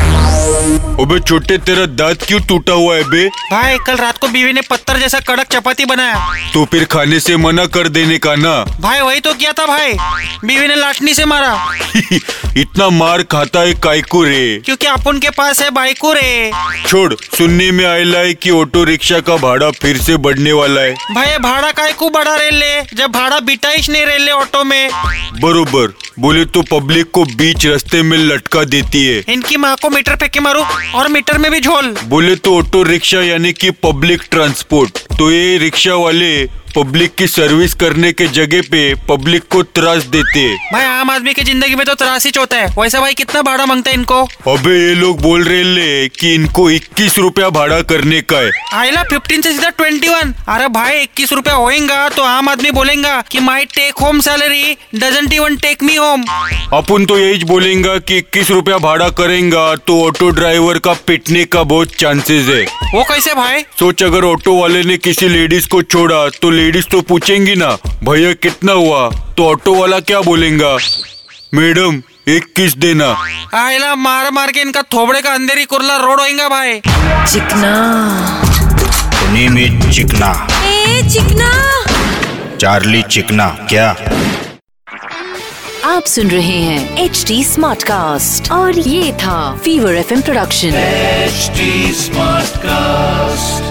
अबे छोटे तेरा दांत क्यों टूटा हुआ है बे भाई कल रात को बीवी ने पत्थर जैसा कड़क चपाती बनाया तो फिर खाने से मना कर देने का ना भाई वही तो किया था भाई बीवी ने लाटनी से मारा इतना मार खाता है कायकू रे क्योंकि अपन के पास है बाइको रे छोड़ सुनने में आयला है कि ऑटो रिक्शा का भाड़ा फिर से बढ़ने वाला है भाई भाड़ा काय को बड़ा रे ले जब भाड़ा बिटाइश नहीं रे ले ऑटो में बरोबर बोले तो पब्लिक को बीच रास्ते में लटका देती है इनकी माँ को मीटर फेंके मारू और मीटर में भी झोल बोले तो ऑटो रिक्शा यानी कि पब्लिक ट्रांसपोर्ट तो ये रिक्शा वाले पब्लिक की सर्विस करने के जगह पे पब्लिक को त्रास देते हैं भाई आम आदमी की जिंदगी में तो त्रास ही होता है वैसा भाई कितना भाड़ा मांगता है इनको अबे ये लोग बोल रहे ले कि इनको इक्कीस रुपया भाड़ा करने का है आईला फिफ्टीन से सीधा ट्वेंटी वन अरे भाई इक्कीस रूपया होएगा तो आम आदमी बोलेगा कि my take home salary doesn't even take me home अपन तो यही बोलेंगे कि इक्कीस रुपया भाड़ा करेगा तो ऑटो ड्राइवर का पिटने का बहुत चांसेस है वो कैसे भाई सोच अगर ऑटो वाले ने किसी लेडीज को छोड़ा तो लेडीज तो पूछेंगी ना भैया कितना हुआ तो ऑटो वाला क्या बोलेगा मैडम एक किस देना आयला मार मार के इनका थोबड़े का अंधेरी कुरला रोड होएगा भाई चिकना धने में चिकना ए चिकना चार्ली चिकना क्या आप सुन रहे हैं एच डी स्मार्ट कास्ट और ये था fever F production HD Smartcast.